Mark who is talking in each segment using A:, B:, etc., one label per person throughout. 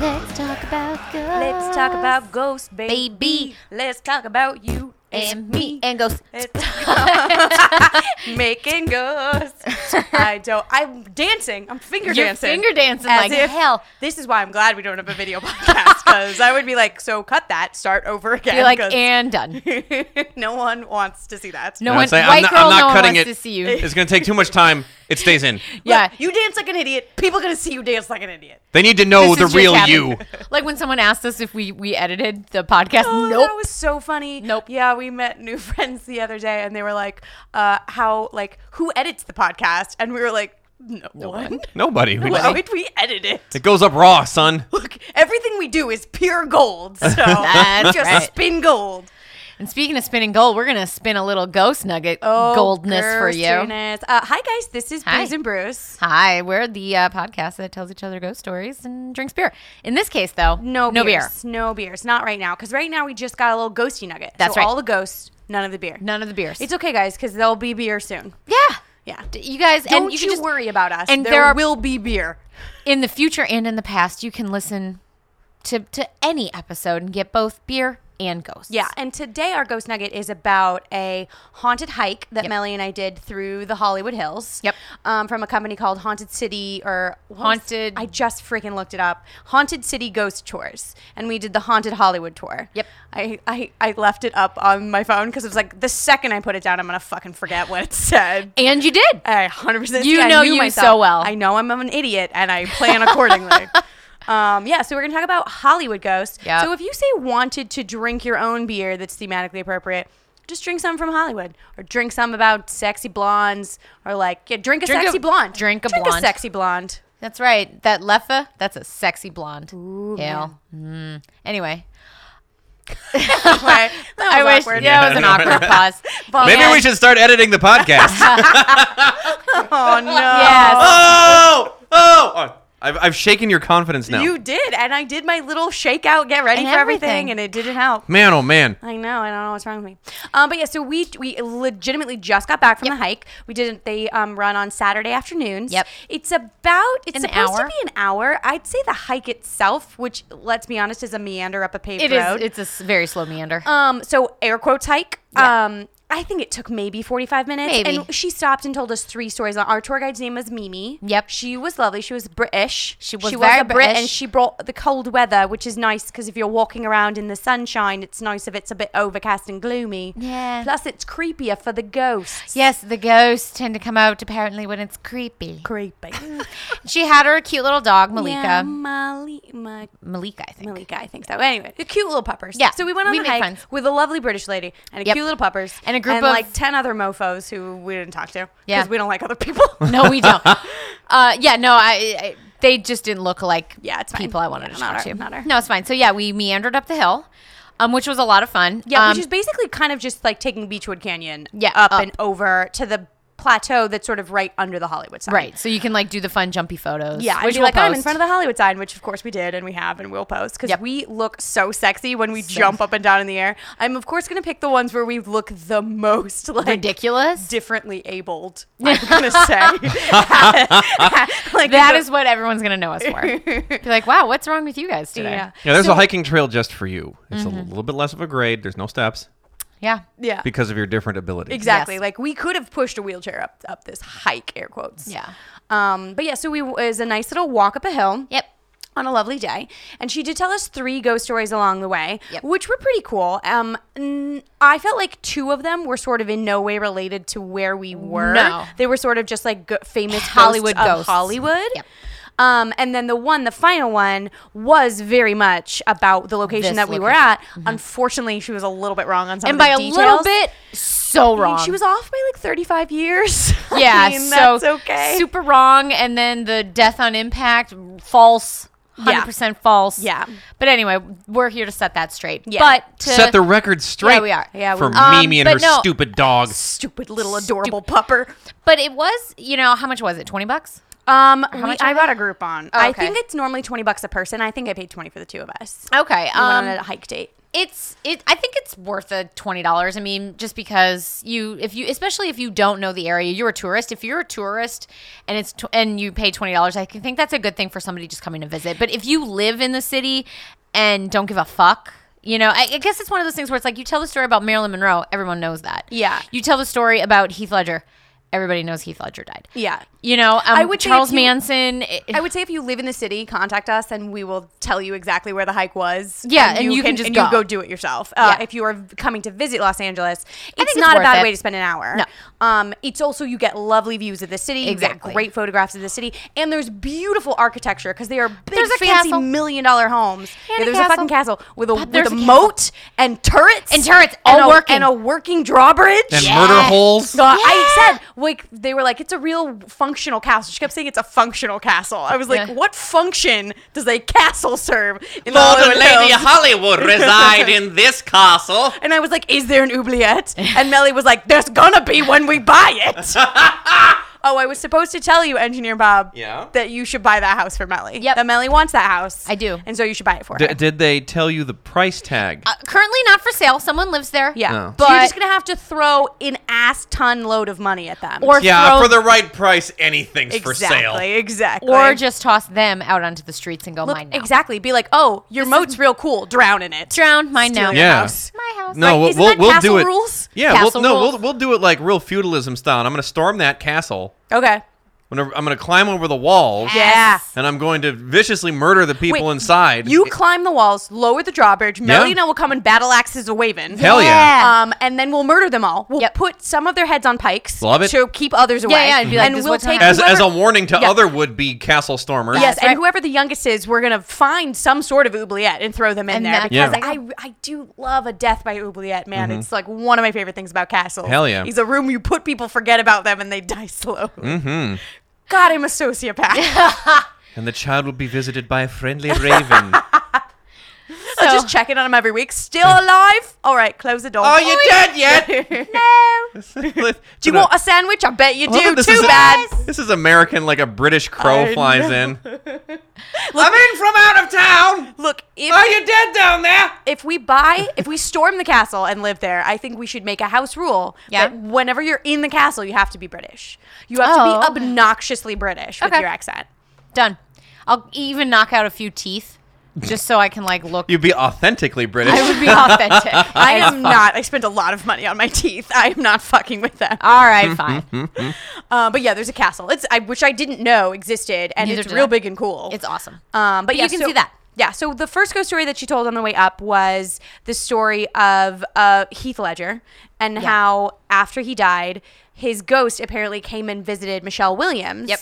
A: Let's talk about girls.
B: Let's talk about ghosts, baby.
A: Baby.
B: Let's talk about you
A: and me and ghosts.
B: Let's making ghosts. I don't. I'm dancing. I'm finger
A: You're
B: dancing.
A: finger dancing
B: As
A: like
B: if-
A: hell.
B: This is why I'm glad we don't have a video podcast because I would be like, so cut that, start over again.
A: You're like
B: 'cause
A: and done.
B: no one wants to see that.
A: No
C: I'm
A: one,
C: saying, I'm
A: white
C: not- I'm
A: girl,
C: not
A: no one
C: cutting
A: wants
C: it.
A: to see you.
C: It's going to take too much time. It stays in.
A: yeah,
B: You dance like an idiot. People are gonna see you dance like an idiot.
C: They need to know
A: This
C: the
A: is just
C: real
A: happening.
C: you.
A: Like when someone asked us if we we edited the podcast.
B: Oh,
A: nope.
B: That was so funny.
A: Nope.
B: Yeah, we met new friends the other day and they were like, uh, how, like, who edits the podcast? And we were like, no, one.
C: Nobody. We just-
B: Why would we edit it?
C: it goes up raw, son.
B: Look, everything we do is pure gold. So
A: That's
B: just
A: right.
B: spin gold.
A: and speaking of spinning gold, we're gonna spin a little ghost nugget
B: Oh,
A: Oh, goldness for you.
B: Ghostiness. Uh, hi, guys. This is
A: Hi.
B: Booze and Bruce.
A: Hi, we're the uh, podcast that tells each other ghost stories and drinks beer. In this case, though,
B: No,
A: no beer,
B: beers. No beers. Not right now. Because right now we just got a little ghosty nugget.
A: That's
B: so
A: right.
B: all the ghosts, none of the beer.
A: none of the beers.
B: It's okay, guys, because there'll be beer soon.
A: yeah,
B: Yeah.
A: D- you guys,
B: Don't
A: and
B: you,
A: you, can just
B: worry about us.
A: and
B: there,
A: there are-
B: will be beer.
A: in the future and in the past, you can listen to to any episode and get both beer and ghosts.
B: Yeah, and today our ghost nugget is about a haunted hike that
A: Yep.
B: Melly and I did through the Hollywood Hills.
A: Yep.
B: Um, from a company called Haunted City or what was-
A: Haunted-
B: I just freaking looked it up. Haunted City Ghost Tours, and we did the Haunted Hollywood tour.
A: Yep.
B: I I, I left it up on my phone because it was like the second I put it down, I'm gonna fucking forget what it said.
A: and you did.
B: I 100%.
A: You
B: see, I
A: know
B: knew
A: you
B: myself.
A: so well.
B: I know I'm an idiot and I plan accordingly. um, yeah, so we're going to talk about Hollywood Ghost.
A: Yep.
B: So if you say wanted to drink your own beer that's thematically appropriate, just drink some from Hollywood or drink some about sexy blondes or like, yeah, drink a
A: Drink a-
B: sexy blonde.
A: drink a blonde.
B: Drink a sexy blonde.
A: That's right. That Leffa, that's a sexy blonde. Hell. Mm. Anyway,
B: Right. That was
A: I wish
B: awkward.
A: yeah, it was an awkward pause.
C: Maybe we
A: And-
C: should start editing the podcast.
B: Oh, no.
A: Yes.
C: oh, oh, oh. I've, I've shaken your confidence now.
B: You did. And I did my little shakeout, get ready
A: And
B: for everything,
A: everything.
B: and it didn't help.
C: man, oh man.
B: I know. I don't know what's wrong with me. Um, but yeah, so we we legitimately just got back from the hike. We didn't. They um, run on Saturday afternoons.
A: Yep.
B: It's about it's
A: An
B: supposed
A: hour?
B: to be an hour. I'd say the hike itself, which let's be honest, is a meander up a paved
A: It
B: road.
A: is. It's a s- very slow meander.
B: um. So air quotes hike.
A: Yeah.
B: Um. I think it took maybe 45 minutes.
A: Maybe.
B: And she stopped and told us three stories. Our tour guide's name was Mimi.
A: Yep.
B: She was lovely. She was British.
A: She was
B: a
A: very
B: Brit, And
A: British.
B: she brought the cold weather, which is nice because if you're walking around in the sunshine, it's nice if it's a bit overcast and gloomy.
A: Yeah.
B: Plus, it's creepier for the ghosts.
A: yes, the ghosts tend to come out apparently when it's creepy.
B: Creepy.
A: She had her cute little dog, Malika.
B: Yeah, Mali- Ma-
A: Malika, I think.
B: Malika, I think so. Anyway, the cute little puppers.
A: Yeah,
B: So we went on
A: we
B: a
A: made
B: hike
A: friends.
B: with a lovely British lady and a
A: Yep.
B: cute little puppers
A: And a group
B: and
A: of-
B: like ten other mofos who we didn't talk to because
A: Yeah.
B: we don't like other people.
A: No, we don't. uh, yeah, no, I, I. They just didn't look like
B: Yeah, it's fine.
A: people I wanted
B: Yeah,
A: to
B: not
A: talk
B: our-
A: to.
B: not our-
A: No, it's fine. So yeah, we meandered up the hill, um, which was a lot of fun.
B: Yeah,
A: um,
B: which is basically kind of just like taking Beechwood Canyon
A: Yeah,
B: up,
A: up.
B: and over to the plateau that's sort of right under the Hollywood sign.
A: right. So you can like do the fun jumpy photos.
B: Yeah,
A: which
B: I'd be
A: we'll
B: like, I'm in
A: post.
B: front of the Hollywood sign, which of course we did and we have and we'll post because
A: Yep.
B: we look so sexy when we jump up and down in the air. I'm of course gonna pick the ones where we look the most like
A: ridiculous.
B: differently abled. I'm gonna say like
A: That
B: the-
A: is what everyone's gonna know us for. Be like, wow, what's wrong with you guys today?
B: yeah
C: Yeah, there's a hiking trail just for you. It's a little bit less of a grade. There's no steps
A: Yeah.
B: yeah
C: because of your different abilities.
B: exactly
A: Yes.
B: like we could have pushed a wheelchair up up this hike air quotes
A: Yeah.
B: um but yeah so we it was a nice little walk up a hill
A: Yep.
B: on a lovely day. And she did tell us three ghost stories along the way,
A: Yep.
B: which were pretty cool. Um, n- I felt like two of them were sort of in no way related to where we were.
A: No.
B: They were sort of just like go- famous
A: Hollywood
B: ghosts of
A: ghosts.
B: Hollywood.
A: Yep.
B: Um, and then the one, the final one, was very much about the location
A: This
B: that we were
A: location. Mm-hmm.
B: at. Unfortunately, she was a little bit wrong on some
A: And
B: of the
A: by a
B: details.
A: little bit, so
B: I mean,
A: wrong.
B: She was off by like 35 years. I
A: Yeah,
B: mean,
A: so
B: that's okay.
A: super wrong. And then the death on impact, false.
B: Yeah.
A: 100% false.
B: Yeah.
A: But anyway, we're here to set that straight.
B: Yeah.
A: But to
C: Set the record straight.
A: we are.
B: Yeah, we-
C: for
A: Um,
C: Mimi and her
A: but no.
C: stupid dog.
B: Stupid little adorable pupper.
A: But it was, you know, how much was it? 20 bucks?
B: Um, we-
A: much
B: I
A: are
B: bought
A: they?
B: a Groupon.
A: Oh,
B: I
A: okay.
B: think it's normally twenty bucks a person. I think I paid twenty for the two of us.
A: Okay.
B: We went on
A: Um
B: a hike date.
A: it's it I think it's worth the $20. I mean, just because you if you especially if you don't know the area, you're a tourist. If you're a tourist and it's tw- and you pay $20, I can think that's a good thing for somebody just coming to visit. But if you live in the city and don't give a fuck, you know, I, I guess it's one of those things where it's like you tell the story about Marilyn Monroe, everyone knows that.
B: Yeah.
A: You tell the story about Heath Ledger, everybody knows Heath Ledger died.
B: Yeah.
A: You know, um, I
B: would
A: would
B: say if
A: Charles
B: you-
A: Manson. eh, it-
B: I would say if you live in the city, contact us and we will tell you exactly where the hike was.
A: Yeah, and you can just
B: and
A: go.
B: you go do it yourself. Uh,
A: Yeah.
B: If you are v- coming to visit Los Angeles,
A: think
B: it's
A: it's
B: not a
A: worth
B: bad
A: it.
B: way to spend an hour.
A: No.
B: um, it's also you get lovely views of the city, you
A: Exactly.
B: get great photographs of the city, and there's beautiful architecture because they are big,
A: There's a
B: fancy
A: castle.
B: million dollar homes.
A: And
B: yeah,
A: a
B: there's a
A: castle.
B: fucking castle with a, with
A: there's
B: a,
A: a castle.
B: moat and turrets
A: And turrets,
B: and a,
A: all working.
B: and a working drawbridge
C: And murder holes.
B: so I
A: Yeah.
B: said, like, they were like, it's a real functional castle. She kept saying it's a functional castle. I was like,
A: Yeah.
B: what function does a castle serve in
C: Lord
B: Hollywood
C: and Lady
B: Hills?
C: Hollywood reside in this castle.
B: And I was like, is there an oubliette? And Melly was like, there's gonna be when we buy it. oh, I was supposed to tell you, Engineer Bob,
C: Yeah?
B: that you should buy that house for Melly.
A: Yep.
B: That Melly wants that house.
A: I do.
B: And so you should buy it for her.
C: D- did they tell you the price tag?
A: uh, currently not for sale. Someone lives there.
B: yeah.
C: No.
B: so you're
A: But-
B: just gonna have to throw an ass ton load of money at them.
A: Or throw-
C: right price, anything's
B: exactly, exactly.
A: or just toss them out onto the streets and go
B: Look,
A: mine now.
B: exactly. Be like, oh, your moat's real cool. Drown in it.
A: Drown mine
B: Steal
A: now.
B: your
C: Yeah.
B: house.
A: My house.
C: No,
B: Right,
C: we'll,
B: isn't
C: we'll,
B: that
C: we'll
B: castle
C: do it.
B: rules?
C: Yeah,
A: Castle
C: we'll, no,
A: rules.
C: we'll we'll do it like real feudalism style. And I'm gonna storm that castle.
B: Okay.
C: I'm gonna, I'm gonna climb over the walls,
B: Yeah.
C: and I'm going to viciously murder the people
B: Wait,
C: inside.
B: Ah, You climb the walls, lower the drawbridge. Melly and I will come and battle axes a waving.
C: Hell yeah.
B: Um, and then we'll murder them all. We'll
A: Yep.
B: put some of their heads on pikes
C: Love it.
B: to keep others away.
A: yeah, and be like, this is
B: we'll
A: what's gonna
B: take
C: as, as
B: whoever-
C: a warning to
B: Yeah.
C: other would-be castle stormers.
B: Yes,
A: That's right.
B: and whoever the youngest is, we're gonna find some sort of oubliette and throw them in
A: And
B: there
A: that's
B: because
C: Yeah.
B: I, I do love a death by oubliette, man. It's like one of my favorite things about castles.
C: Mm-hmm. Hell yeah.
B: he's a room you put people forget about them and they die slow. Mm-hmm. God, I'm a sociopath.
C: And the child will be visited by a friendly raven.
B: I'll just check in on him every week. Still alive? All right, close the door.
C: Are you dead yet?
B: Oh no.
C: do
B: Do you want a sandwich? I bet you do.
C: This
B: Too
C: is
B: bad.
C: this is American, like a British
B: I
C: crow flies
B: know.
C: in. I'm in from out of town.
B: Look, if
C: you dead down there?
B: if we buy, if we storm the castle and live there, I think we should make a house rule
A: Yeah.
B: that whenever you're in the castle, you have to be British. You have
A: Oh,
B: to
A: okay.
B: be obnoxiously British with
A: Okay.
B: your accent.
A: Done. I'll even knock out a few teeth just so I can like look.
C: You'd be authentically British.
A: I would be authentic.
B: I am not. I spent a lot of money on my teeth. I am not fucking with them.
A: All right, fine.
B: Uh, but yeah, there's a castle. It's I, which I didn't know existed, and
A: Neither
B: it's
A: did
B: real
A: I.
B: big and cool.
A: It's awesome.
B: Um, but,
A: But
B: yeah,
A: you can
B: so-
A: see that.
B: Yeah. So the first ghost story that she told on the way up was the story of uh, Heath Ledger and how after he died, his ghost apparently came and visited Michelle Williams.
A: Yep.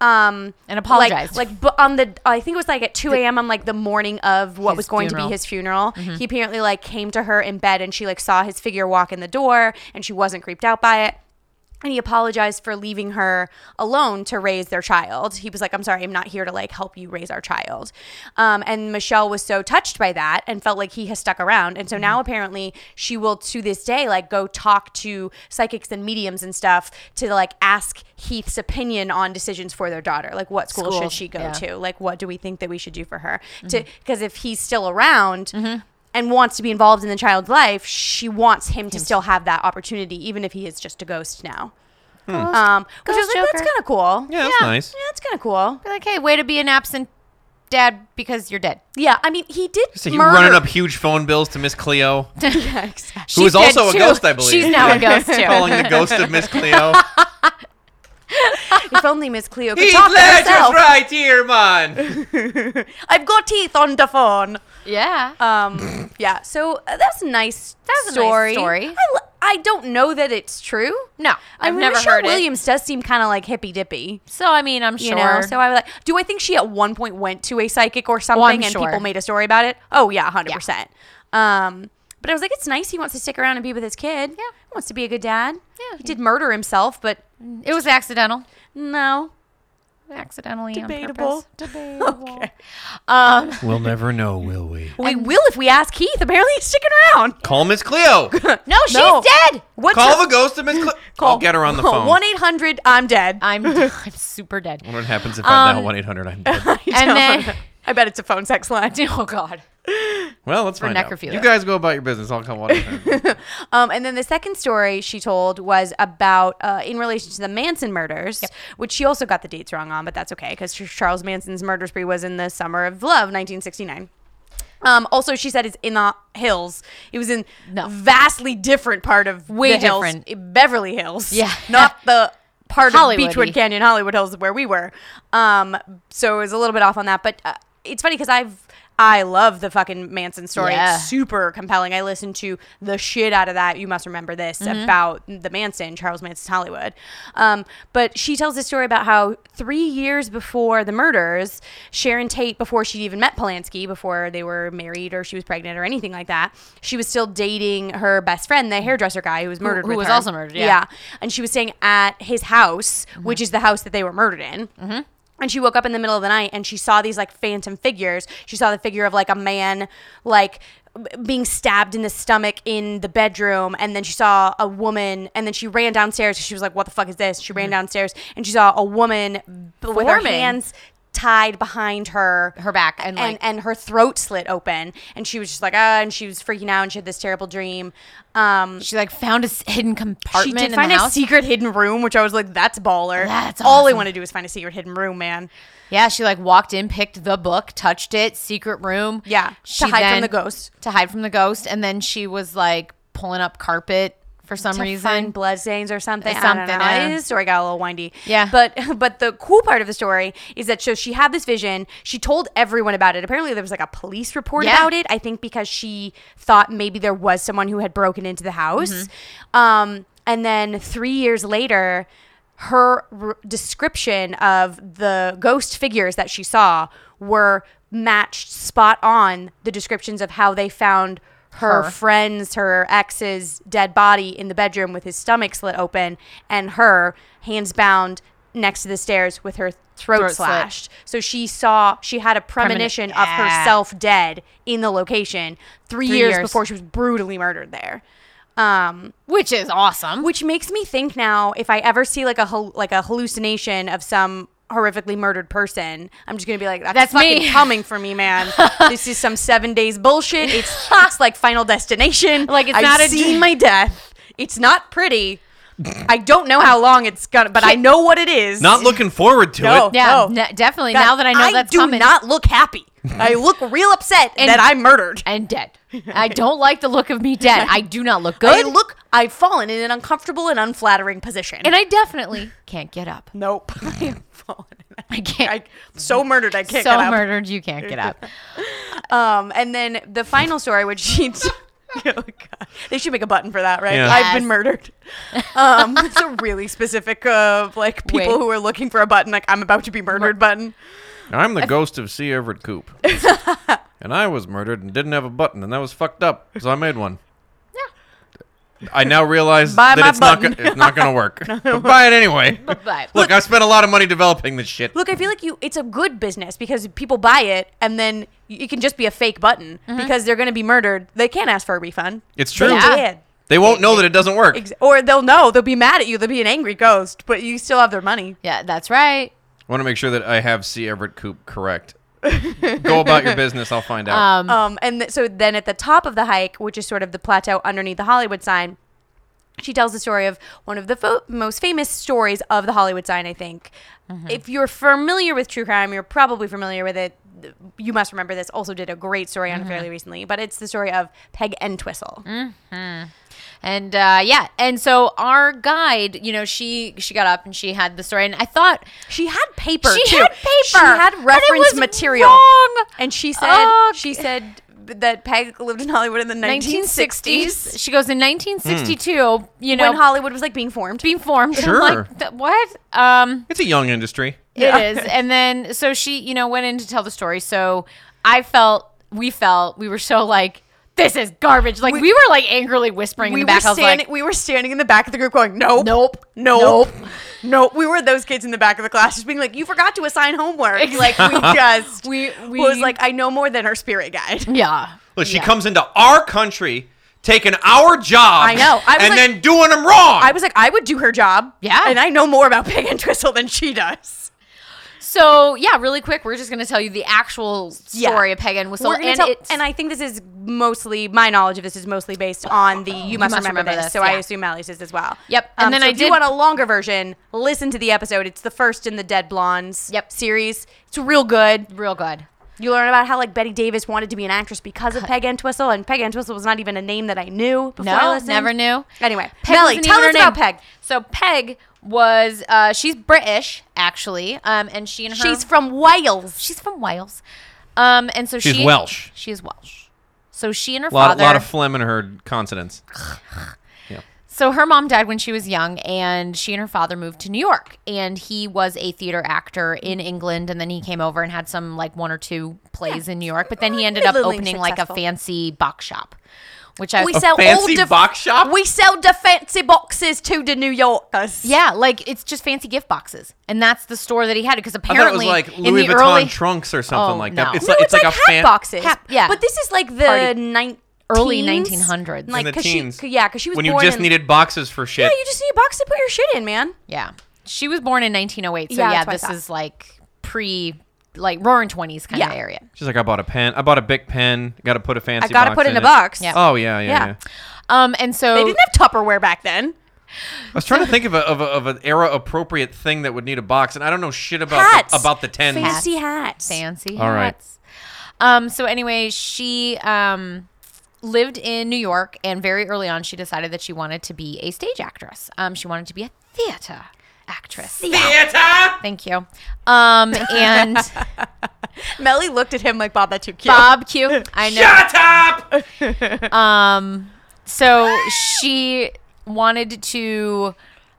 B: Um, like-
A: And apologized.
B: Like, but on the I think it was like at 2 a.m. on like the morning of what
A: His
B: was going to
A: funeral. Mm-hmm.
B: be his funeral. He apparently like came to her in bed and she like saw his figure walk in the door and she wasn't creeped out by it and he apologized for leaving her alone to raise their child. He was like, "I'm sorry, I'm not here to like help you raise our child." Um, and Michelle was so touched by that and felt like he has stuck around. And so now apparently she will to this day like go talk to psychics and mediums and stuff to like ask Heath's opinion on decisions for their daughter, like what school
A: School,
B: should she go
A: yeah.
B: to, like what do we think that we should do for her, to because if he's still around. And wants to be involved in the child's life, she wants him to still have that opportunity, even if he is just a ghost now. Um, which I was
A: Ghost
B: like, that's
A: Joker.
B: kind of cool.
C: Hmm. yeah, that's
A: Yeah.
C: nice.
B: Yeah, that's kind of cool.
A: Be like, hey, way to be an absent dad because you're dead.
B: Yeah, I mean, he did
C: So you
B: murder.
C: running up huge phone bills to Miss Cleo,
B: Yeah, exactly.
C: who is
A: dead
C: also a
A: too.
C: ghost, I believe.
A: She's now a ghost too.
C: Calling the ghost of Miss Cleo.
B: if only Miss Cleo could talk to herself.
C: right here, man.
B: I've got teeth on the phone.
A: yeah.
B: Um, yeah. So uh, that's a nice.
A: That's a nice
B: story.
A: story.
B: I, l- I don't know that it's true.
A: no,
B: I
A: I've
B: mean,
A: never
B: Michelle
A: heard it.
B: Williams does seem kind of like hippy dippy.
A: So I mean, I'm
B: You
A: sure. Oh,
B: know, so I was like, do I think she at one point went to a psychic or something
A: I'm
B: and
A: sure.
B: people made a story about it? Oh yeah, hundred percent. Um, but I was like, it's nice. He wants to stick around and be with his kid.
A: Yeah.
B: he wants to be a good dad.
A: Yeah,
B: he did murder himself, but
A: it was accidental.
B: no,
A: accidentally on
B: Debatable.
A: purpose.
B: Debatable. Okay.
A: Um,
C: We'll never know, will we?
B: We will if we ask Keith. Apparently, he's sticking around.
C: Call Miss Cleo.
A: no, she's
B: No.
A: dead.
B: What
C: Call the ghost of Miss Cleo. I'll get her on the phone.
B: One eight hundred. I'm dead.
A: I'm I'm super dead.
C: I wonder what happens if I dial
A: Um,
C: one eight hundred. I'm dead.
A: And then
B: I bet it's a phone sex line.
A: oh god.
C: Well, let's find out.
A: necrophilia.
C: You guys go about your business. I'll call one eight hundred.
B: Um, and then the second story she told was about uh, in relation to the Manson murders, which she also got the dates wrong on, but that's okay because Charles Manson's murder spree was in the summer of love, 1969. Um, also, she said it's in the hills. It was in
A: No.
B: vastly different part of
A: Way
B: the hills,
A: different.
B: Beverly Hills.
A: Yeah.
B: not the part of
A: Hollywood-y.
B: Beechwood Canyon, Hollywood Hills, where we were. Um, so it was a little bit off on that, but uh, it's funny because I've I love the fucking Manson story.
A: Yeah.
B: It's super compelling. I listened to the shit out of that. You must remember this
A: Mm-hmm.
B: about the Manson, Charles Manson's Hollywood. Um, but she tells this story about how three years before the murders, Sharon Tate, before she even met Polanski, before they were married or she was pregnant or anything like that, she was still dating her best friend, the hairdresser guy who was murdered.
A: who
B: with
A: was
B: her.
A: also murdered, yeah.
B: and she was staying at his house, which is the house that they were murdered in. Mm-hmm. And she woke up in the middle of the night and she saw these like phantom figures. She saw the figure of like a man, like b- being stabbed in the stomach in the bedroom. And then she saw a woman. And then she ran downstairs. She was like, what the fuck is this? She ran downstairs and she saw a woman b- with her
A: Mm-hmm. Forming.
B: hands tied behind her
A: Her back and,
B: and
A: like-
B: and her throat slit open and she was just like ah and she was freaking out and she had this terrible dream um
A: She like found a s- hidden compartment
B: she did
A: in
B: find
A: the
B: a
A: house.
B: secret hidden room, which I was like, that's baller.
A: That's
B: all I
A: awesome.
B: want to do is find a secret hidden room, man.
A: yeah, she like walked in, picked the book, touched it, secret room.
B: Yeah,
A: She
B: to hide
A: then-
B: from the ghost.
A: To hide from the ghost, and then she was like pulling up carpet for some
B: To
A: reason.
B: find blood stains or something.
A: Uh,
B: Something.
A: something,
B: I
A: uh,
B: This story got a little windy.
A: Yeah.
B: but but the cool part of the story is that so she had this vision. She told everyone about it. Apparently, there was like a police report
A: Yeah.
B: about it. I think because she thought maybe there was someone who had broken into the house. Um, and then three years later. Her r- description of the ghost figures that she saw were matched spot on the descriptions of how they found her,
A: Her.
B: friends, her ex's dead body in the bedroom with his stomach slit open, and her hands bound next to the stairs with her throat,
A: Throat slit.
B: slashed. So she saw she had a premonition of
A: yeah.
B: herself dead in the location three,
A: Three
B: years,
A: years.
B: before she was brutally murdered there. Um,
A: which is awesome.
B: which makes me think now if I ever see like a hal- like a hallucination of some horrifically murdered person, I'm just gonna be like, that's,
A: That's
B: fucking
A: me."
B: coming for me, man. this is some seven days bullshit. It's it's like Final Destination.
A: Like, it's
B: I've
A: not a
B: seen
A: dr-
B: my death. It's not pretty. I don't know how long it's gonna, but I know what it is.
C: Not looking forward to
B: No.
C: it.
A: yeah,
B: Oh.
A: ne- definitely.
B: God,
A: now that I know that's
B: do
A: coming,
B: not look happy. I look real upset that I'm murdered.
A: and dead. I don't like the look of me dead. I do not look
B: I
A: good.
B: look. I've fallen in an uncomfortable and unflattering position.
A: and I definitely can't get up.
B: nope. I've fallen. in-
A: I can't.
B: I so murdered I can't get
A: so
B: up.
A: murdered, you can't get up.
B: Um, and then the final story, which she. Oh God. They should make a button for that, right?
C: Yeah.
B: I've been
A: Yes.
B: murdered. Um, it's a really specific of like people
A: Wait.
B: who are looking for a button, like I'm about to be murdered button.
C: I'm the ghost of C. Everett Koop. and I was murdered and didn't have a button, and that was fucked up, so I made one. I now realize
B: Buy my
C: that it's not, go-
B: button.
C: it's not going to work. but buy it anyway.
A: But
C: Look, I spent a lot of money developing this shit.
B: Look, I feel like you. It's a good business because people buy it, and then y- it can just be a fake button because they're going to be murdered. They can't ask for a refund.
C: It's true.
A: Yeah.
B: Did.
C: They won't know that it doesn't work.
B: Ex- Or they'll know. They'll be mad at you. They'll be an angry ghost, but you still have their money.
A: yeah, that's right.
C: I want to make sure that I have C. Everett Koop correct. Go about your business. I'll find out.
A: Um,
B: Um, and th- so then at the top of the hike, which is sort of the plateau underneath the Hollywood sign, she tells the story of one of the fo- most famous stories of the Hollywood sign, I think.
A: Mm-hmm.
B: If you're familiar with true crime, you're probably familiar with it. You must remember this. Also, did a great story on it
A: Mm-hmm.
B: fairly recently, but it's the story of Peg Entwistle.
A: Mm. and uh, yeah, and so our guide, you know, she she got up and she had the story, and I thought
B: She had paper.
A: She
B: too.
A: had paper.
B: She had
A: And it
B: reference
A: was
B: material.
A: wrong.
B: And she said
A: Oh,
B: she said that Peg lived in Hollywood in the 1960s,
A: 1960s. She goes in 1962. You know,
B: Hmm. when Hollywood was like being formed.
A: being formed. And I'm
C: Sure.
A: like, "Th- what? Um,
C: it's a young industry.
B: Yeah.
A: It is. And then so she, you know, went in to tell the story. So I felt, we felt, we were so like, this is garbage. Like we, were like angrily whispering in the back.
B: Were
A: I was
B: standing,
A: like,
B: we were standing in the back of the group going, nope,
A: Nope.
B: nope. no, we were those kids in the back of the class just being like, you forgot to assign homework. Like we just
A: We- we-
B: was like, I know more than our spirit guide.
A: Yeah.
D: Look, she
A: Yeah.
D: comes into our country, taking our job.
B: I know. I was
D: and
B: like-
D: then doing them wrong.
B: I was like, I would do her job.
A: Yeah.
B: And I know more about Pig and Twistle than she does.
A: So yeah, really quick, we're just gonna tell you the actual story of Peg and Whistle,
B: We're gonna
A: and
B: tell-
A: it's
B: and I think this is mostly my knowledge of this is mostly based on the you must,
A: Must
B: remember,
A: Remember
B: this.
A: This,
B: So I
A: yeah.
B: assume Mally's as well.
A: Yep.
B: Um,
A: And then
B: so
A: I
B: if you
A: did-
B: want a longer version, listen to the episode. It's the first in the Dead Blondes
A: Yep.
B: series. It's real good.
A: real good.
B: You learn about how like Betty Davis wanted to be an actress because of Peg Entwistle, and Peg Entwistle was not even a name that I knew before I
A: No,
B: listened.
A: never knew.
B: Anyway, Melly,
A: wasn't
B: tell us
A: even her
B: about
A: name. Uh-huh.
B: Peg.
A: So Peg was uh, she's British actually, um, and she and her
B: She's from Wales.
A: she's from Wales, um, and so
D: She's
A: she,
D: Welsh.
A: She is Welsh. So she and her
C: lot,
A: father.
C: lot of phlegm in her consonants.
A: So her mom died when she was young, and she and her father moved to New York. And he was a theater actor in England, and then he came over and had some like one or two plays in New York. But then he ended up
B: middling
A: opening like a
B: successful.
A: fancy box shop, which I
B: we
A: was,
B: sell
D: fancy
B: all def-
D: box shop?
B: We sell the fancy boxes to the New Yorkers.
A: yeah, like it's just fancy gift boxes, and that's the store that he had because
C: I thought it was
A: apparently
C: like
A: in
C: Louis
A: the
C: Vuitton
A: early
C: trunks or something
A: Oh,
C: like
A: no.
C: that. It's
B: No,
C: like
B: it's,
C: it's like, a
B: hat
C: fan.
B: boxes.
A: Hap- yeah.
B: but this is like the
A: Party.
B: nine
A: Early
B: teens?
A: 1900s.
B: Like,
C: in the
B: 'cause she-
C: teens.
B: 'cause- yeah, because she was
C: when you
B: born
C: just
B: in-
C: needed boxes for shit.
B: Yeah, you just need a box to put your shit in, man.
A: Yeah. She was born in 1908. So
B: Yeah,
A: yeah,
B: that's what I
A: this
B: thought.
A: is like pre, like roaring 20s kind
B: Yeah.
A: of area.
C: She's like, I bought a pen. I bought a big pen. Got to put a fancy.
B: I gotta
C: box
B: put it
C: in
B: in a box.
A: Yeah.
C: Oh yeah, yeah,
B: Yeah.
C: yeah,
A: Um, and so
B: They didn't have Tupperware back then.
C: I was trying to think of a, of, a, of an era appropriate thing that would need a box, and I don't know shit about
B: Hats.
C: The, about the tens.
B: Fancy hats.
A: fancy
C: All right.
A: hats. Um, so anyway, she um, lived in New York, and very early on, she decided that she wanted to be a stage actress. Um, she wanted to be a theater actress.
D: Theater?
A: Thank you. Um, and
B: Melly looked at him like, Bob, that's too cute.
A: Bob Q. I know. Um,
D: Shut up!
A: So she wanted to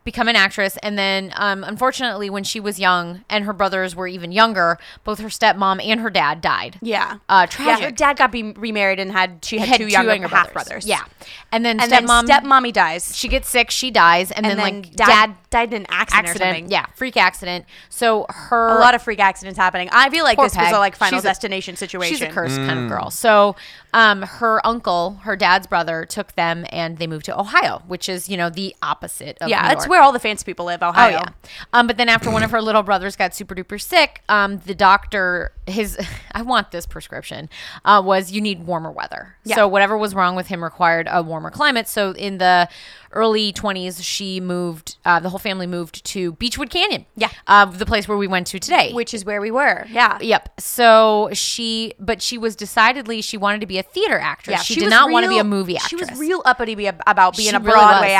A: become an actress and then um, unfortunately when she was young and her brothers were even younger both her stepmom and her dad died
B: Yeah.
A: uh
B: yeah,
A: tragic
B: her dad got be- remarried and had she had,
A: Had
B: two, younger, half brothers.
A: yeah and then
B: And
A: stepmom
B: then stepmommy dies.
A: she gets sick she dies and,
B: and
A: then,
B: then,
A: like
B: dad,
A: dad,
B: died in an accident, or something.
A: accident yeah freak accident so her
B: A lot of freak accidents happening. I feel like
A: Poor
B: this was
A: Peg.
B: a like final
A: She's a-
B: destination situation.
A: She's a cursed kind of girl. So, um, her uncle, her dad's brother, took them and they moved to Ohio, which is you know the opposite of New
B: Yeah, it's
A: York.
B: where all the fancy people live,
A: Oh
B: Ohio.
A: yeah. Um, but then after one of her little brothers got super duper sick, um, the doctor his I want this prescription uh, was you need warmer weather.
B: Yeah.
A: So whatever was wrong with him required a warmer climate. So in the early 20s, she moved. Uh, the whole family moved to Beechwood Canyon.
B: Yeah.
A: uh, the place where we went to today.
B: Which is where we were. Yeah.
A: Uh, Yep. So she, but she was decidedly she wanted to be a theater actress. she, did
B: was
A: not want to be
B: real-
A: a movie actress.
B: She was real uppity be- about being
A: She
B: a
A: really
B: Broadway
A: was. Mm-hmm.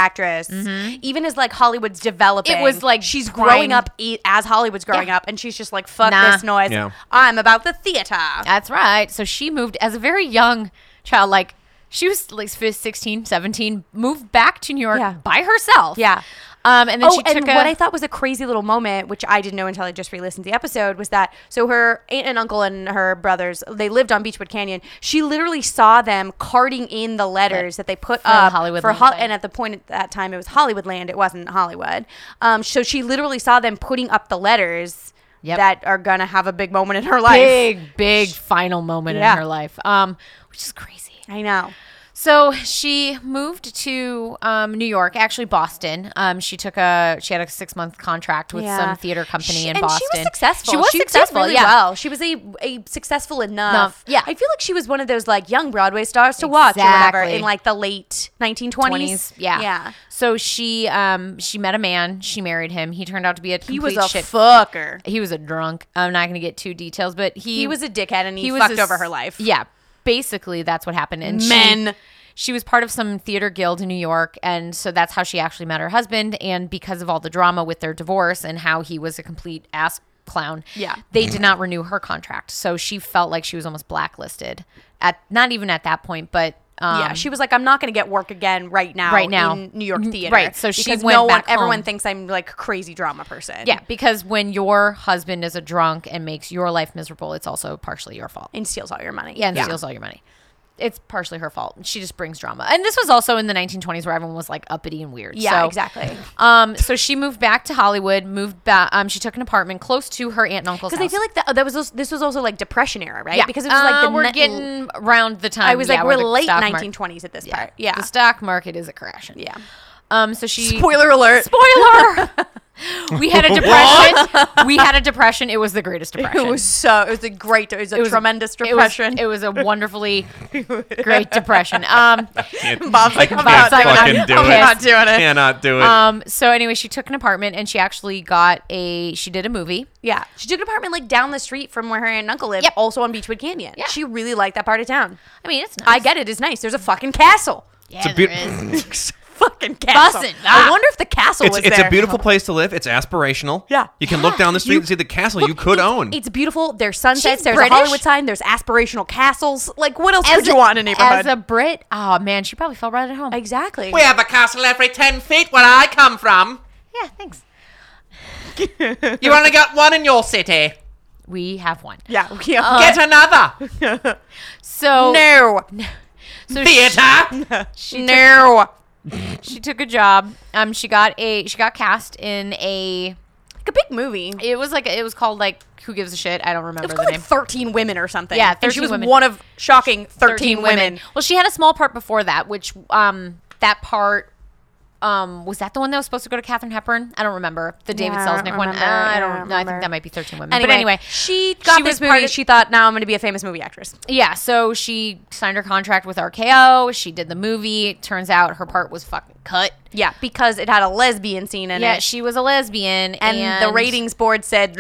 B: actress. Even as like Hollywood's developing,
A: It was, like,
B: she's
A: prime-
B: growing up e- as Hollywood's growing
A: Yeah.
B: up, and she's just like, "Fuck
A: Nah.
B: this noise!
C: Yeah.
B: I'm about the theater."
A: That's right. So she moved as a very young child, like she was like 16, 17, moved back to New York
B: Yeah.
A: by herself.
B: Yeah.
A: Um, and then
B: Oh,
A: she took
B: and
A: a,
B: what I thought was a crazy little moment, which I didn't know until I just re-listened to the episode, was that so her aunt and uncle and her brothers they lived on Beechwood Canyon. She literally saw them carting in the letters that they put up
A: Hollywood
B: for
A: Land
B: Hol-
A: sign.
B: and at the point at that time it was Hollywood Land, it wasn't Hollywood. Um, so she literally saw them putting up the letters
A: Yep.
B: that are gonna have a big moment in her life.
A: big, big final moment
B: Yeah.
A: in her life, um, which is crazy.
B: I know.
A: So she moved to um, New York, actually Boston. Um, she took a she had a six month contract with
B: Yeah.
A: some theater company
B: She-
A: in
B: and
A: Boston.
B: She was successful.
A: She was
B: did
A: successful.
B: really
A: yeah.
B: well. She was a, a successful enough.
A: yeah.
B: I feel like she was one of those like young Broadway stars to watch or whatever
A: Exactly.
B: in like the late 1920s.
A: twenties. Yeah.
B: yeah.
A: So she um she met a man. She married him. He turned out to be a complete
B: He was a
A: shit.
B: fucker.
A: he was a drunk. I'm not gonna get too details, but he
B: He was a dickhead and he,
A: was
B: fucked
A: a
B: over
A: s-
B: her life.
A: Yeah. Basically, that's what happened. And she-
B: Men.
A: she was part of some theater guild in New York, and so that's how she actually met her husband. And because of all the drama with their divorce and how he was a complete ass clown,
B: Yeah.
A: they did not renew her contract. So she felt like she was almost blacklisted. At not even at that point, but um,
B: yeah, she was like, I'm not going to get work again right now.
A: Right now.
B: in New York
A: Mm,
B: theater.
A: right, so she
B: because
A: went
B: no one,
A: back
B: Everyone
A: home.
B: thinks I'm like crazy drama person.
A: Yeah, because when your husband is a drunk and makes your life miserable, it's also partially your fault.
B: and steals all your money.
A: Yeah, and steals all your money. it's partially her fault. She just brings drama. And this was also in the 1920s where everyone was like uppity and weird.
B: Yeah,
A: So,
B: exactly.
A: Um, so she moved back to Hollywood. Moved back. Um, she took an apartment close to her aunt and uncle's.
B: Because I
A: house.
B: feel like oh, that, that was also, this was also like Depression era, right?
A: yeah,
B: Because it was like the
A: Uh, we're
B: ni-
A: getting around the time.
B: I was
A: Um, yeah,
B: like
A: where
B: we're
A: the
B: late
A: stock mar-
B: 1920s at this
A: Yeah,
B: part. Yeah.
A: the stock market is a crash.
B: yeah.
A: Um, so she
B: Spoiler alert.
A: spoiler. we had a depression. we had a depression. It was the greatest depression.
B: It was so. It was a great. It was a
A: It was-
B: tremendous
A: it was-
B: depression.
A: It was, a wonderfully great depression. Um,
B: Bob's like, I'm
C: can't
B: not doing
C: fucking
B: it.
C: do
B: I'm
C: it.
B: not doing it.
C: Cannot do it.
A: um, so anyway, she took an apartment and she actually got a. She did a movie.
B: Yeah, she took an apartment like down the street from where her aunt and uncle lived,
A: Yep.
B: also on Beechwood Canyon.
A: Yeah.
B: She really liked that part of town.
A: I mean, it's nice.
B: I get it. It's nice. There's a fucking castle.
A: Yeah,
C: it's a
A: there
C: beautiful.
A: is.
C: It's,
B: Fucking castle.
A: Bussin',
B: I
A: ah.
B: wonder if the castle
C: it's,
B: was there.
C: a beautiful place to live. It's aspirational.
B: Yeah.
C: You can look down the street
B: You-
C: and see the castle you
B: Look,
C: could
B: it's-
C: own.
B: It's beautiful. There's sunsets.
A: She's
B: there's
A: British?
B: a Hollywood sign. There's aspirational castles. Like what else
A: As
B: could you want in a neighborhood?
A: As a Brit, oh man, she probably felt right at home.
B: exactly.
D: We have a castle every 10 feet where I come from.
A: yeah, thanks.
D: You only got one in your city.
A: We have one.
B: Yeah. yeah.
D: Get another.
A: So
B: no.
A: so she,
D: Theater.
A: she took
B: No.
A: she took a job. Um, she got a she got cast in a.
B: Like a big movie. It
A: It was like it was called like Who Gives a Shit. I don't remember
B: was
A: the
B: called
A: name.
B: like 13 women or something.
A: Yeah,
B: and she
A: 13
B: was
A: women.
B: one of shocking 13, women.
A: Well, she had a small part before that, which um that part. Um, was that the one that was supposed to go to Katherine Hepburn? I don't remember the David
B: Yeah, I don't
A: Selznick one. Uh,
B: remember.
A: I
B: Yeah,
A: don't.
B: I
A: no, I think
B: remember.
A: that might be Thirteen Women.
B: Anyway,
A: but anyway,
B: she got
A: she
B: this
A: was part
B: movie.
A: of-
B: she thought, now I'm going to be a famous movie actress.
A: yeah. So she signed her contract with RKO. She did the movie. Turns out her part was fucking cut.
B: Yeah, because it had a lesbian scene in
A: Yeah,
B: it.
A: she was a lesbian,
B: and,
A: and,
B: the ratings board said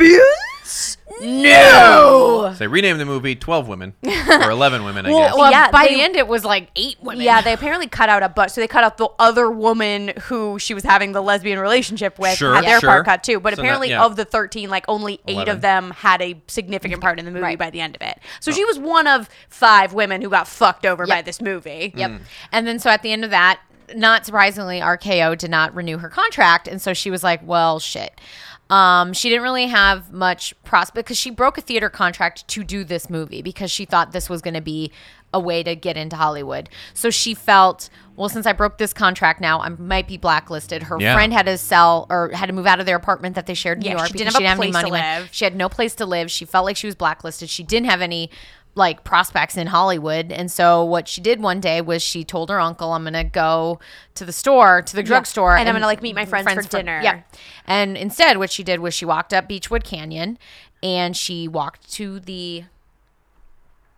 B: lesbians.
A: No.
C: So they renamed the movie 12 Women or 11 Women, I guess.
A: Well,
B: Yeah,
A: by
B: they-
A: the end, it was like eight women.
B: Yeah, they apparently cut out a butt, so they cut out the other woman who she was having the lesbian relationship with
C: Sure,
B: had their
C: sure.
B: part cut too. But
C: So not-
B: apparently,
C: yeah.
B: of the thirteen, like only eight
C: Eleven. Oh.
B: of them had a significant part in the movie
A: Right.
B: by the end of it. So she was one of five women who got fucked over by this movie.
C: Mm.
A: Yep. And then so at the end of that, not surprisingly, RKO did not renew her contract, and so she was like, "Well, shit." Um, she didn't really have much prospect because she broke a theater contract to do this movie because she thought this was going to be a way to get into Hollywood. So she felt, well, since I broke this contract now, I might be blacklisted. Her
C: Yeah.
A: friend had to sell or had to move out of their apartment that they shared in
B: Yeah,
A: New York
B: she
A: because
B: didn't
A: she didn't
B: have
A: have
B: a
A: any
B: place
A: money
B: to
A: left.
B: live.
A: She had no place to live. She felt like she was blacklisted. She didn't have any like prospects in Hollywood. And so what she did one day was she told her uncle, I'm gonna go to the store, to the drugstore.
B: And I'm gonna, like, meet my friends for dinner.
A: Yeah. And instead what she did was she walked up Beechwood Canyon and she walked to the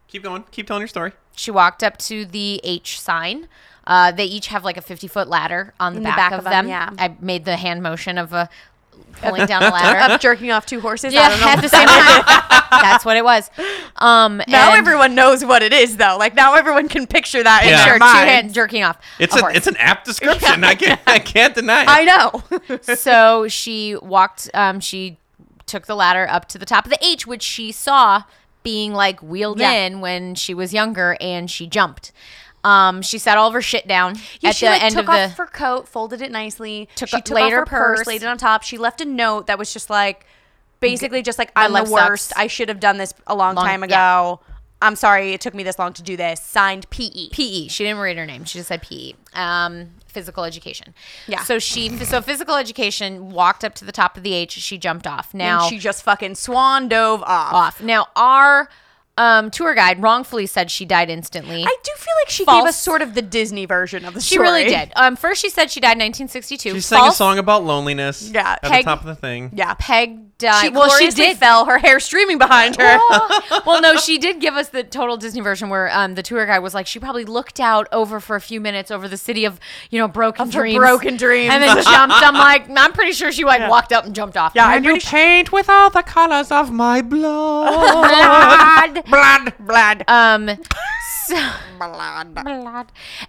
C: Keep going. Keep telling your story.
A: she walked up to the H sign. Uh, they each have like a 50 foot ladder on the, back, of, them.
B: yeah.
A: I made the hand motion of a pulling down a ladder.
B: Of jerking off two horses.
A: Yeah,
B: I don't know.
A: at the same time. That's what it was. Um,
B: now
A: and-
B: everyone knows what it is, though. Like now everyone can picture that
C: Yeah.
B: in their
A: Sure, two
B: mind.
A: hand jerking off.
C: It's
A: a
C: a,
A: horse.
C: it's an apt description. I can't I can't deny it.
B: I know.
A: so she walked. Um, she took the ladder up to the top of the H, which she saw being like wheeled
B: Yeah.
A: in when she was younger, and she jumped. Um, she set all of her shit down
B: Yeah,
A: at
B: she
A: the
B: like
A: end
B: took
A: of
B: off
A: the.
B: her coat, folded it nicely.
A: Took
B: she
A: a-
B: took
A: laid
B: off
A: her
B: her purse,
A: purse.
B: laid it on top. She left a note that was just like, basically, just like I'm the
A: life sucks.
B: worst. I should have done this a long,
A: Long-
B: time ago.
A: yeah.
B: I'm sorry it took me this long to do this. Signed, E. PE.
A: PE. E. She didn't read her name. She just said PE. Um, physical education.
B: Yeah.
A: So she so physical education walked up to the top of the H. She jumped off. Now
B: And she just fucking swan dove off.
A: off. Now our um, tour guide wrongfully said she died instantly.
B: I do feel like she gave
A: False.
B: us sort of the Disney version of the
A: she
B: story.
A: really did. Um, first she said she died in 1962.
C: She sang a
A: False.
C: song about loneliness
B: Yeah.
C: at the
A: Peg-
C: top of the thing.
B: Yeah.
A: Peg died.
B: She, well, she did. Fell, her hair streaming behind her.
A: Oh. well, no, she did give us the total Disney version where um, the tour guide was like, she probably looked out over for a few minutes over the city of, you know, broken
B: her
A: dreams,
B: broken dreams.
A: and then jumped. I'm like, I'm pretty sure she like walked up and jumped off.
B: Yeah, I'm pretty sure.
C: Paint with all the colors of my blood.
A: God.
B: Blood, blood,
A: Um,
B: blood.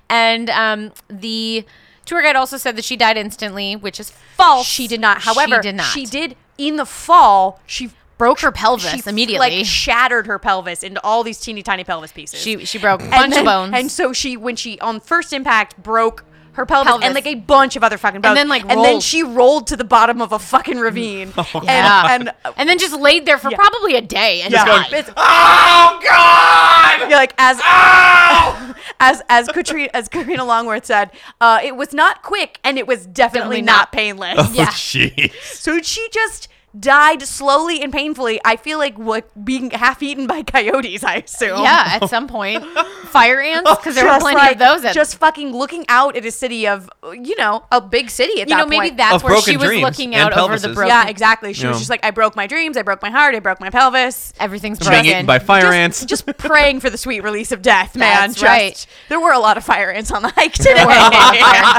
A: and um, the tour guide also said that she died instantly, which is false.
B: She did not. However,
A: she did not.
B: did in the fall. She
A: broke her pelvis
B: she
A: immediately.
B: like shattered her pelvis into all these teeny tiny pelvis pieces.
A: she she broke a
B: And
A: bunch
B: then-
A: of bones.
B: and so she when she on first impact broke her pelvis,
A: Pelvis.
B: and like a bunch of other fucking bones.
A: then, like,
B: and then
A: rolled.
B: she rolled to the bottom of a fucking ravine. and,
A: Yeah.
B: and
A: and then just laid there for
B: Yeah.
A: probably a day and
B: yeah,
A: died.
B: it's-
E: Oh God!
B: you're like as ah!
C: Oh,
B: as as Katrina as Katrina Longworth said, uh, it was not quick and it was definitely,
A: Definitely
B: not,
A: not.
B: painless.
A: Yeah.
E: Oh, jeez.
B: So she just died slowly and painfully. I feel like what being half eaten by coyotes. I assume.
A: yeah, at some point, fire ants because there were
B: Oh. Just
A: plenty
B: like-
A: of those. At,
B: just fucking looking out at a city of you know a big city at
A: you
B: that
A: know, maybe
B: point.
A: that's
C: Of
A: where she
C: broken
A: was
C: dreams
A: looking
C: and
A: out over the
C: pelvises.
A: broken.
B: yeah exactly she was
C: Yeah.
B: just like i broke my dreams i broke my heart i broke my pelvis
A: everything's
C: Being
A: broken.
C: eaten by fire
B: just,
C: ants.
B: just praying for the sweet release of death man
A: That's
B: Just-
A: right.
B: there were a lot of fire ants on the hike today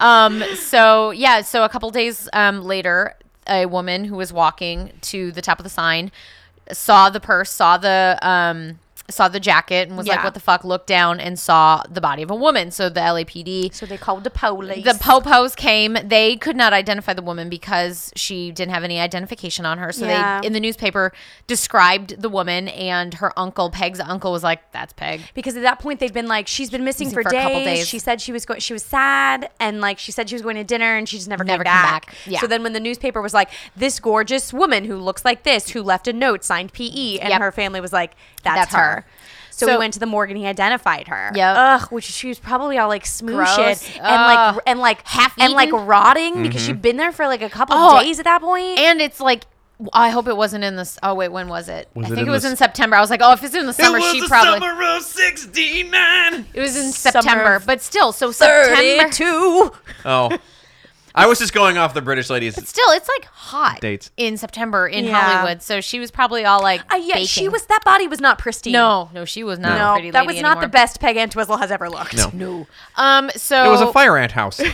A: um so yeah so a couple days um later a woman who was walking to the top of the sign saw the purse saw the um saw the jacket and was
B: Yeah.
A: like what the fuck looked down and saw the body of a woman so the LAPD
B: so they called the police
A: the popos came. They could not identify the woman because she didn't have any identification on her. So
B: Yeah.
A: they, in the newspaper, described the woman, and her uncle, Peg's uncle, was like, "That's Peg."
B: because at that point they'd been like she's been missing, for,
A: for a
B: days.
A: couple days.
B: she said she was going she was sad and like she said she was going to dinner and she just never,
A: Never
B: came
A: came
B: back,
A: back. Yeah.
B: so then when the newspaper was like this gorgeous woman who looks like this who left a note signed pe and
A: Yep.
B: her family was like that's,
A: That's
B: her,
A: her.
B: So, we
A: So-
B: went to the morgue and he identified her.
A: Yep.
B: Ugh, which she was probably all like smooshing
A: Gross.
B: and like
A: Ugh.
B: and like half and like
A: Half-eaten.
B: rotting because
A: Mm-hmm.
B: she'd been there for like a couple
A: Oh,
B: days at that point.
A: And it's like, I hope it wasn't in this. Oh wait, when was it?
C: Was
A: I
C: it
A: think
C: in
A: it was
C: the
A: in
C: s-
A: September. I was like, oh, if it's in the summer, she probably.
E: of '69.
A: It was in
B: Summer
A: September,
B: of
A: but still, so September.
B: Thirty-two.
C: Oh, I was just going off the British ladies.
A: Still, it's like hot
C: Dates.
A: in September in
B: Yeah.
A: Hollywood. So she was probably all like,
B: Uh, yeah, she
A: baking.
B: was. That body was not pristine.
A: No, no, she was not. a
B: No,
A: pretty
B: that
A: lady
B: was not the
A: anymore.
B: best Peg Entwistle has ever looked.
C: No.
A: No. Um. So
C: It was a fire ant house at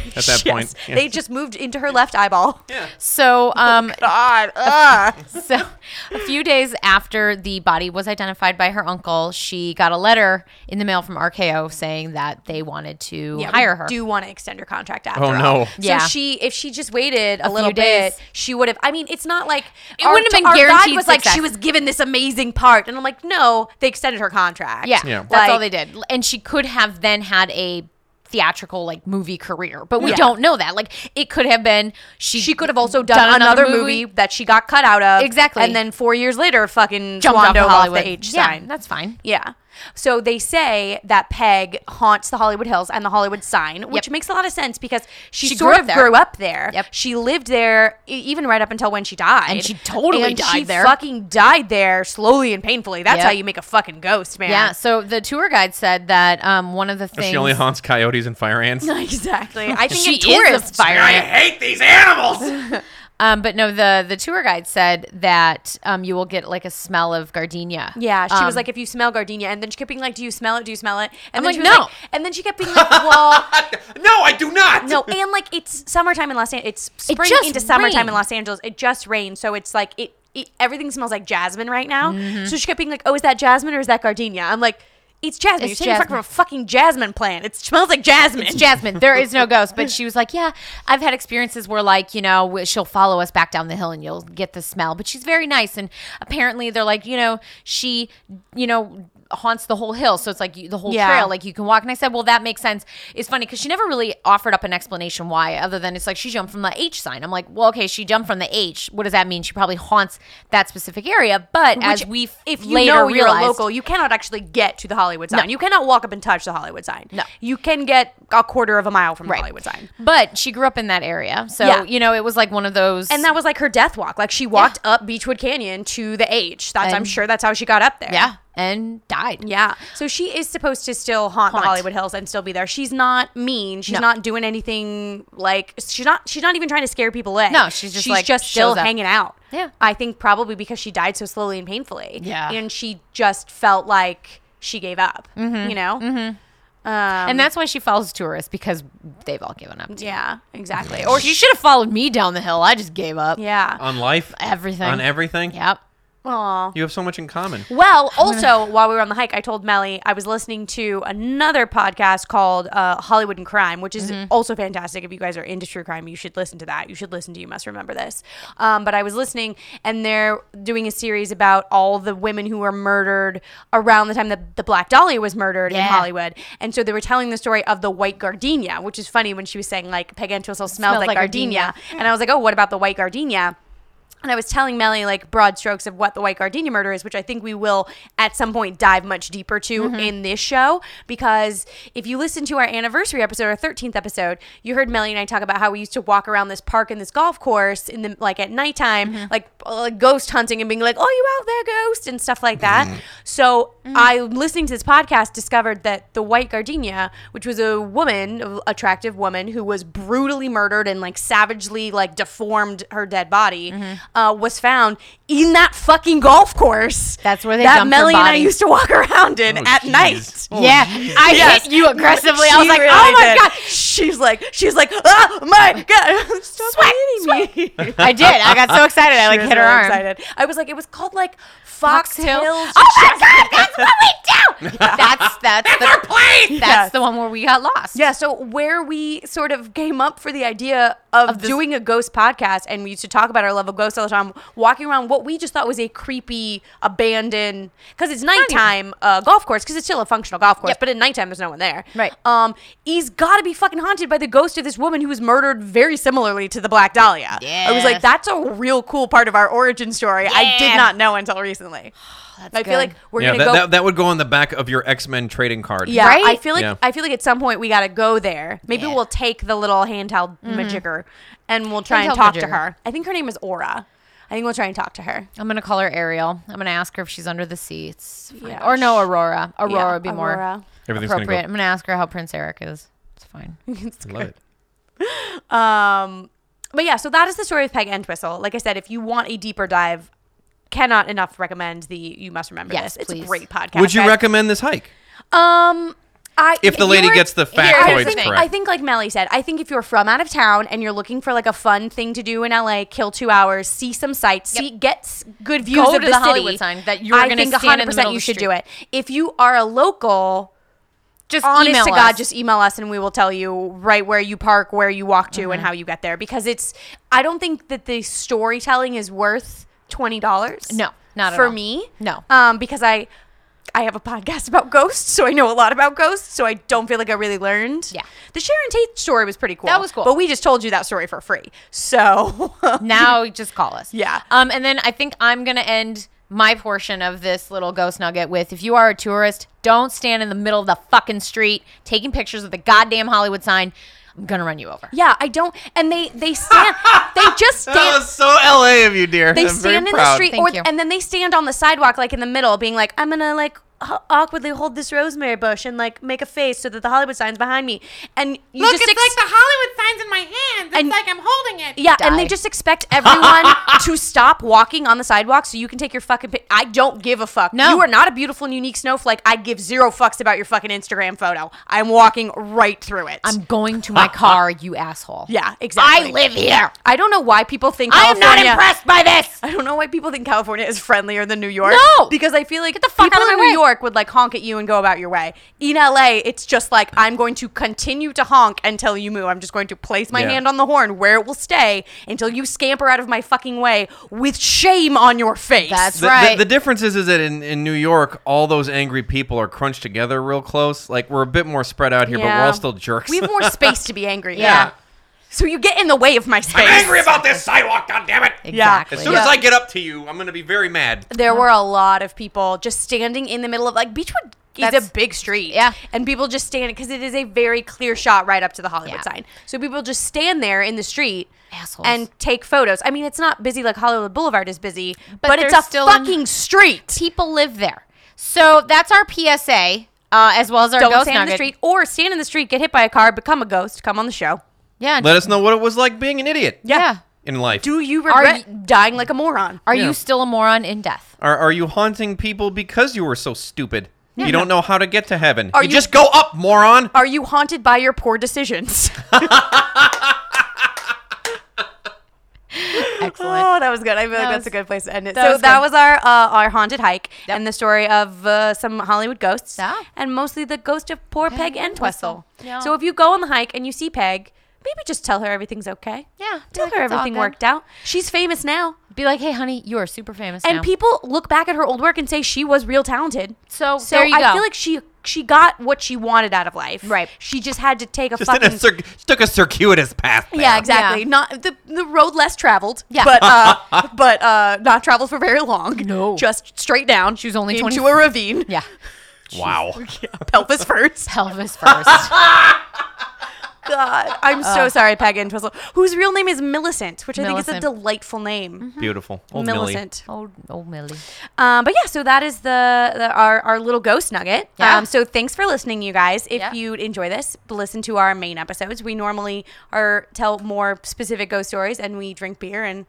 B: Yes.
C: that point. Yeah.
B: They just moved into her left eyeball.
A: So,
C: Oh,
A: um,
B: God. ugh.
A: so a few days after the body was identified by her uncle, she got a letter in the mail from RKO saying that they wanted to
B: Yeah, we
A: hire her.
B: Do want to extend her contract after?
C: Oh,
B: all.
C: no.
A: Yeah.
B: So she, if she just waited a, little
A: few days.
B: bit, she would have. I mean, it's not like
A: It wouldn't have been
B: our
A: guaranteed
B: God was like
A: success.
B: she was given this amazing part, and I'm like, no, they extended her contract.
A: yeah,
C: Yeah.
A: that's
B: Like-
A: all they did. And she could have then had a theatrical like movie career, but we
B: Yeah.
A: don't know that. Like it could have been she
B: She could have also done, another, movie, that she got cut out of.
A: Exactly.
B: And then four years later, fucking
A: jumped off,
B: swandove
A: of
B: off,
A: Hollywood.
B: the H
A: yeah,
B: sign.
A: that's fine.
B: Yeah. So they say that Peg haunts the Hollywood Hills and the Hollywood sign, which makes a lot of sense because she,
A: She
B: sort
A: grew up
B: of
A: there.
B: grew up there.
A: Yep.
B: She lived there e- even right up until when she died.
A: And she totally
B: And she
A: died there.
B: fucking died there slowly and painfully. That's
A: Yep.
B: how you make a fucking ghost, man.
A: Yeah. So the tour guide said that um, one of the things
C: She only haunts coyotes and fire ants.
B: exactly. I think
A: She
B: in
A: is a
B: tourists,
A: fire
E: I
A: ant.
E: hate these animals.
A: Um, but no, the the tour guide said that um, you will get like a smell of gardenia.
B: Yeah, she was
A: Um,
B: like, if you smell gardenia, and then she kept being like, do you smell it? Do you smell it? And then
A: I'm like,
B: she was like,
A: "No."
B: and then she kept being like, well,
E: no, I do not.
B: No, and like it's summertime in Los Angeles. It's spring
A: just
B: into summertime in
A: rained.
B: Los Angeles. It just rained, so it's like it, it everything smells like jasmine right now.
A: Mm-hmm.
B: So she kept being like, "Oh, is that jasmine or is that gardenia?" I'm like, "It's jasmine.
A: It's
B: It's jasmine. from
A: jasmine.
B: a fucking jasmine plant. It smells like jasmine."
A: It's Jasmine. There is no ghost, but she was like, "Yeah, I've had experiences where, like, you know, w- she'll follow us back down the hill, and you'll get the smell." But she's very nice, and apparently, they're like, you know, she, you know, haunts the whole hill, so it's like you, the whole
B: Yeah.
A: trail, like you can walk. And I said, "Well, that makes sense." It's funny because she never really offered up an explanation why, other than it's like she jumped from the H sign. I'm like, "Well, okay, she jumped from the H. What does that mean? She probably haunts that specific area." But as
B: Which,
A: we f-
B: if you
A: later
B: know you're
A: realized,
B: a local, you cannot actually get to the Hollywood sign. You cannot walk up and touch the Hollywood sign.
A: No.
B: you can get a quarter of a mile from the Hollywood sign.
A: But she grew up in that area, so
B: Yeah.
A: you know it was like one of those.
B: And that was like her death walk. Like she walked up Beechwood Canyon to the H. That's I'm
A: And-
B: sure that's how she got up there.
A: yeah, and died.
B: Yeah. So she is supposed to still haunt,
A: Haunt.
B: the Hollywood Hills and still be there. She's not mean. She's
A: No.
B: not doing anything like she's not she's not even trying to scare people away.
A: No, she's just, like,
B: just
A: shows
B: still
A: up.
B: hanging out.
A: Yeah.
B: I think probably because she died so slowly and painfully.
A: Yeah.
B: And she just felt like she gave up.
A: Mm-hmm.
B: You know?
A: and that's why she follows tourists because they've all given up.
B: Yeah, exactly.
A: Or
B: Or
A: she should have followed me down the hill. I just gave up.
B: yeah.
C: On life?
A: Everything.
C: On everything?
A: Yep.
B: Aw.
C: You have so much in common.
B: Well, also while we were on the hike, I told Melly I was listening to another podcast called uh, Hollywood and Crime, which is also fantastic. If you guys are into true crime, you should listen to that. You should listen to You Must Remember This. Um, but I was listening, and they're doing a series about all the women who were murdered around the time that the Black Dahlia was murdered in
A: Yeah.
B: Hollywood. And so they were telling the story of the white gardenia, which is funny when she was saying like Peg Entwistle smelled, like,
A: like
B: gardenia. and I was like, oh, what about the white gardenia? And I was telling Melly like broad strokes of what the White Gardenia murder is, which I think we will at some point dive much deeper to in this show. Because if you listen to our anniversary episode, our 13th episode, you heard Melly and I talk about how we used to walk around this park and this golf course in the like at nighttime, like, uh, like ghost hunting and being like, "Oh, you out there, ghost?" and stuff like that.
C: Mm.
B: So
A: Mm.
B: I, listening to this podcast, discovered that the White Gardenia, which was a woman, a attractive woman who was brutally murdered and like savagely like deformed her dead body,
A: Mm-hmm.
B: uh, was found in that fucking golf course.
A: That's where they
B: that
A: dump her
B: Melly and I
A: body.
B: used to walk around in
C: Oh,
B: at
C: jeez.
B: night.
A: yeah, I
B: Yes.
A: hit you aggressively. I
B: She
A: was like,
B: really
A: oh my
B: did.
A: god.
B: She's like, she's like, oh my god, stop hitting me.
A: I did. I got so excited. I
B: She
A: like
B: was
A: hit her
B: really
A: arm.
B: Excited. I was like, it was called like Fox,
A: Hill.
B: Hills.
A: Oh my god, that's what we do. That's that's the place. That's
B: Yes.
A: the one where we got lost.
B: Yeah, so where we sort of came up for the idea of,
A: this-
B: doing a ghost podcast, and we used to talk about our love of ghosts all the time, walking around what we just thought was a creepy, abandoned, because it's nighttime uh, golf course, because it's still a functional golf course,
A: Yep.
B: but at nighttime there's no one there.
A: Right.
B: Um, he's got to be fucking haunted by the ghost of this woman who was murdered very similarly to the Black Dahlia. I was like,
A: Yes.
B: that's a real cool part of our origin story. I did
A: Yeah.
B: not know until recently. I feel
A: good.
B: like we're
C: yeah,
B: gonna
C: that,
B: go.
C: that, that would go on the back of your X Men trading card.
B: Yeah,
A: Right?
B: I feel like
C: Yeah.
B: I feel like at some point we gotta go there. Maybe
A: Yeah. Mm-hmm.
B: we'll take the little handheld majigger and we'll try and
A: Handheld
B: talk to
A: majigger.
B: her. I think her name is Aura. I think we'll try and talk to her.
A: I'm gonna call her Ariel. I'm gonna ask her if she's under the sea. It's fine.
B: Yeah.
A: Or no, Aurora. Aurora
B: Yeah,
A: would be more
B: Aurora.
C: Everything's gonna go-
A: appropriate. I'm gonna ask her how Prince Eric is. It's fine.
C: Love it.
B: Um, but yeah, so that is the story of Peg Entwistle. Like I said, if you want a deeper dive, cannot enough recommend the You Must Remember
A: Yes,
B: This. It's
A: please.
B: a great podcast.
C: Would you
B: guys.
C: recommend this hike?
B: Um, I
C: If the lady
B: you're-
C: gets the
A: here's the
C: factoids
B: I think,
A: thing.
C: correct.
B: I think, like Melly said, I think if you're from out of town and you're looking for like a fun thing to do in LA, kill two hours, see some sights, see get s- good views
A: Go
B: of
A: to
B: the,
A: the
B: city,
A: Hollywood sign that you're
B: I
A: gonna
B: think
A: stand in the
B: 100%
A: middle of
B: you
A: the
B: should
A: street.
B: do it. If you are a local,
A: Just
B: honest
A: email
B: to God,
A: us.
B: just email us and we will tell you right where you park, where you walk to,
A: Mm-hmm.
B: and how you get there because it's. I don't think that the storytelling is worth twenty dollars.
A: No, not at
B: for
A: all.
B: me.
A: No.
B: um, because I. I have a podcast about ghosts, so I know a lot about ghosts. So I don't feel like I really learned.
A: Yeah.
B: the Sharon Tate story was pretty cool.
A: That was cool.
B: but we just told you that story for free. So
A: now just call us.
B: Yeah.
A: Um, and then I think I'm gonna end my portion of this little ghost nugget with if you are a tourist, don't stand in the middle of the fucking street taking pictures of the goddamn Hollywood sign. I'm gonna run you over.
B: yeah, I don't. And they they stand. they just stand.
C: so LA of you, dear.
B: They stand in the street,
A: Thank
B: or,
A: you.
B: and then they stand on the sidewalk, like in the middle, being like, "I'm gonna like h- awkwardly hold this rosemary bush and like make a face so that the Hollywood sign's behind me." And you
D: Look,
B: just
D: it's
B: ex-
D: like the Hollywood signs in my hand. It's
B: And-
D: like I'm holding it.
B: yeah, and they
A: Die.
B: just expect everyone to stop walking on the sidewalk so you can take your fucking. Pic- I don't give a fuck.
A: No.
B: you are not a beautiful and unique snowflake. I give zero fucks about your fucking Instagram photo. I'm walking right through it.
A: I'm going to my car, you asshole.
B: yeah, exactly.
A: I live here.
B: I don't know why people think
A: I am not
B: California-
A: impressed by this.
B: I don't know why people think California is friendlier than New York.
A: No!
B: because I feel like
A: the fuck
B: people
A: out of
B: in
A: my
B: New
A: way.
B: York would like honk at you and go about your way. In LA, it's just like I'm going to continue to honk until you move. I'm just going to place my
C: Yeah.
B: hand on the horn where it will stay until you scamper out of my fucking way with shame on your face.
A: That's
C: The,
A: right.
C: the, the difference is, is that in, in New York, all those angry people are crunched together real close. Like we're a bit more spread out here, but we're
B: Yeah.
C: all still jerks.
B: we have more space to be angry.
A: Yeah.
B: So you get in the way of my space.
C: about this sidewalk. God damn it!
A: exactly.
C: As soon as I get up to you, I'm gonna be very mad.
B: there were a lot of people just standing in the middle of like Beechwood is
A: That's-
B: a big street.
A: Yeah.
B: And people just stand because it is a very clear shot right up to the Hollywood
A: Yeah.
B: sign. So people just stand there in the street
A: Assholes.
B: and take photos. I mean, it's not busy like Hollywood Boulevard is busy, but,
A: But
B: it's
A: they're
B: a
A: still in-
B: fucking street.
A: people live there. So that's our PSA, uh, as well as our
B: Don't
A: ghost
B: stand in
A: nugget.
B: the street or stand in the street, get hit by a car, become a ghost, come on the show.
A: Yeah.
C: Let us know what it was like being an idiot.
A: yeah.
C: In life,
B: Do you regret
A: you-
B: dying like a moron?
A: Are
C: Yeah.
A: you still a moron in death?
C: Are, are you haunting people because you were so stupid? you don't know how to get to heaven.
B: Are
C: you,
B: you-
C: just go up, moron.
B: Are you haunted by your poor decisions?
A: Excellent.
B: Oh, that was good. I feel like
A: That
B: that's
A: was-
B: a good place to end it.
A: that
B: so
A: was
B: that
A: good.
B: was our uh, our haunted hike and the story of uh, some Hollywood ghosts
A: Yeah.
B: and mostly the ghost of poor Peg Entwistle.
A: Yeah.
B: So if you go on the hike and you see Peg, maybe just tell her everything's okay.
A: Yeah, be
B: Tell
A: like,
B: her
A: "It's all
B: everything
A: good."
B: worked out. She's famous now.
A: Be like, hey, honey, you are super famous.
B: And
A: now.
B: people look back at her old work and say she was real talented.
A: So, there you
B: I
A: go.
B: feel like she she got what she wanted out of life.
A: Right.
B: She just had to take a
D: Just in
B: fucking
D: a cir- took a circuitous path. there.
B: yeah, exactly.
A: Yeah.
B: Not the the road less traveled.
A: Yeah.
B: but uh, but uh, not traveled for very long. No, just straight down. She
A: was only
B: into
A: 20
B: a ravine.
A: yeah,
D: Wow.
B: pelvis first.
A: pelvis first.
B: God, I'm so sorry, Peg and Twistle, whose real name is Millicent, Mm-hmm. which I think
A: Millicent.
B: is a delightful name.
D: Beautiful. Old Millie.
B: Millicent.
A: old, old Millie.
B: Um, but yeah, so that is the, the our, our little ghost nugget.
A: Yeah.
B: Um, so thanks for listening, you guys. If
A: Yeah.
B: you enjoy this, listen to our main episodes. We normally are tell more specific ghost stories, and we drink beer and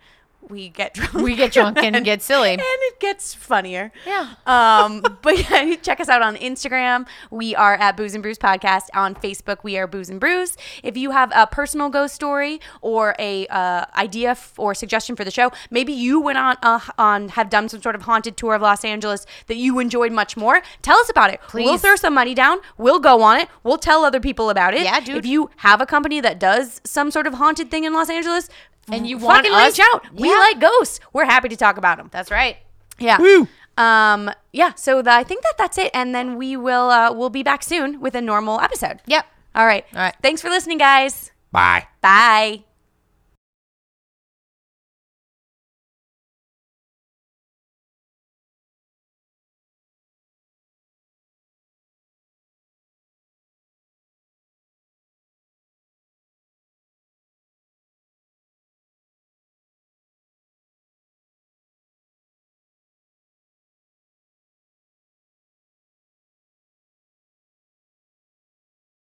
B: we get drunk.
A: We get drunk and get silly.
B: and it gets funnier.
A: Yeah.
B: Um, but yeah, check us out on Instagram. We are at Booze and Brews Podcast. On Facebook, we are Booze and Brews. If you have a personal ghost story or a uh, idea f- or suggestion for the show, maybe you went on uh, on have done some sort of haunted tour of Los Angeles that you enjoyed much more. Tell us about it. We'll
A: Please.
B: throw some money down. We'll go on it. We'll tell other people about it.
A: Yeah, dude.
B: If you have a company that does some sort of haunted thing in Los Angeles.
A: And you
B: f-
A: want
B: fucking
A: us-
B: reach out. We
A: Yeah.
B: like ghosts. We're happy to talk about them.
A: That's right.
B: Yeah. Um. Yeah. So the, I think that that's it, and then we will uh, we'll be back soon with a normal episode.
A: Yep.
B: All right.
A: All right.
B: Thanks for listening, guys.
D: Bye.
B: Bye.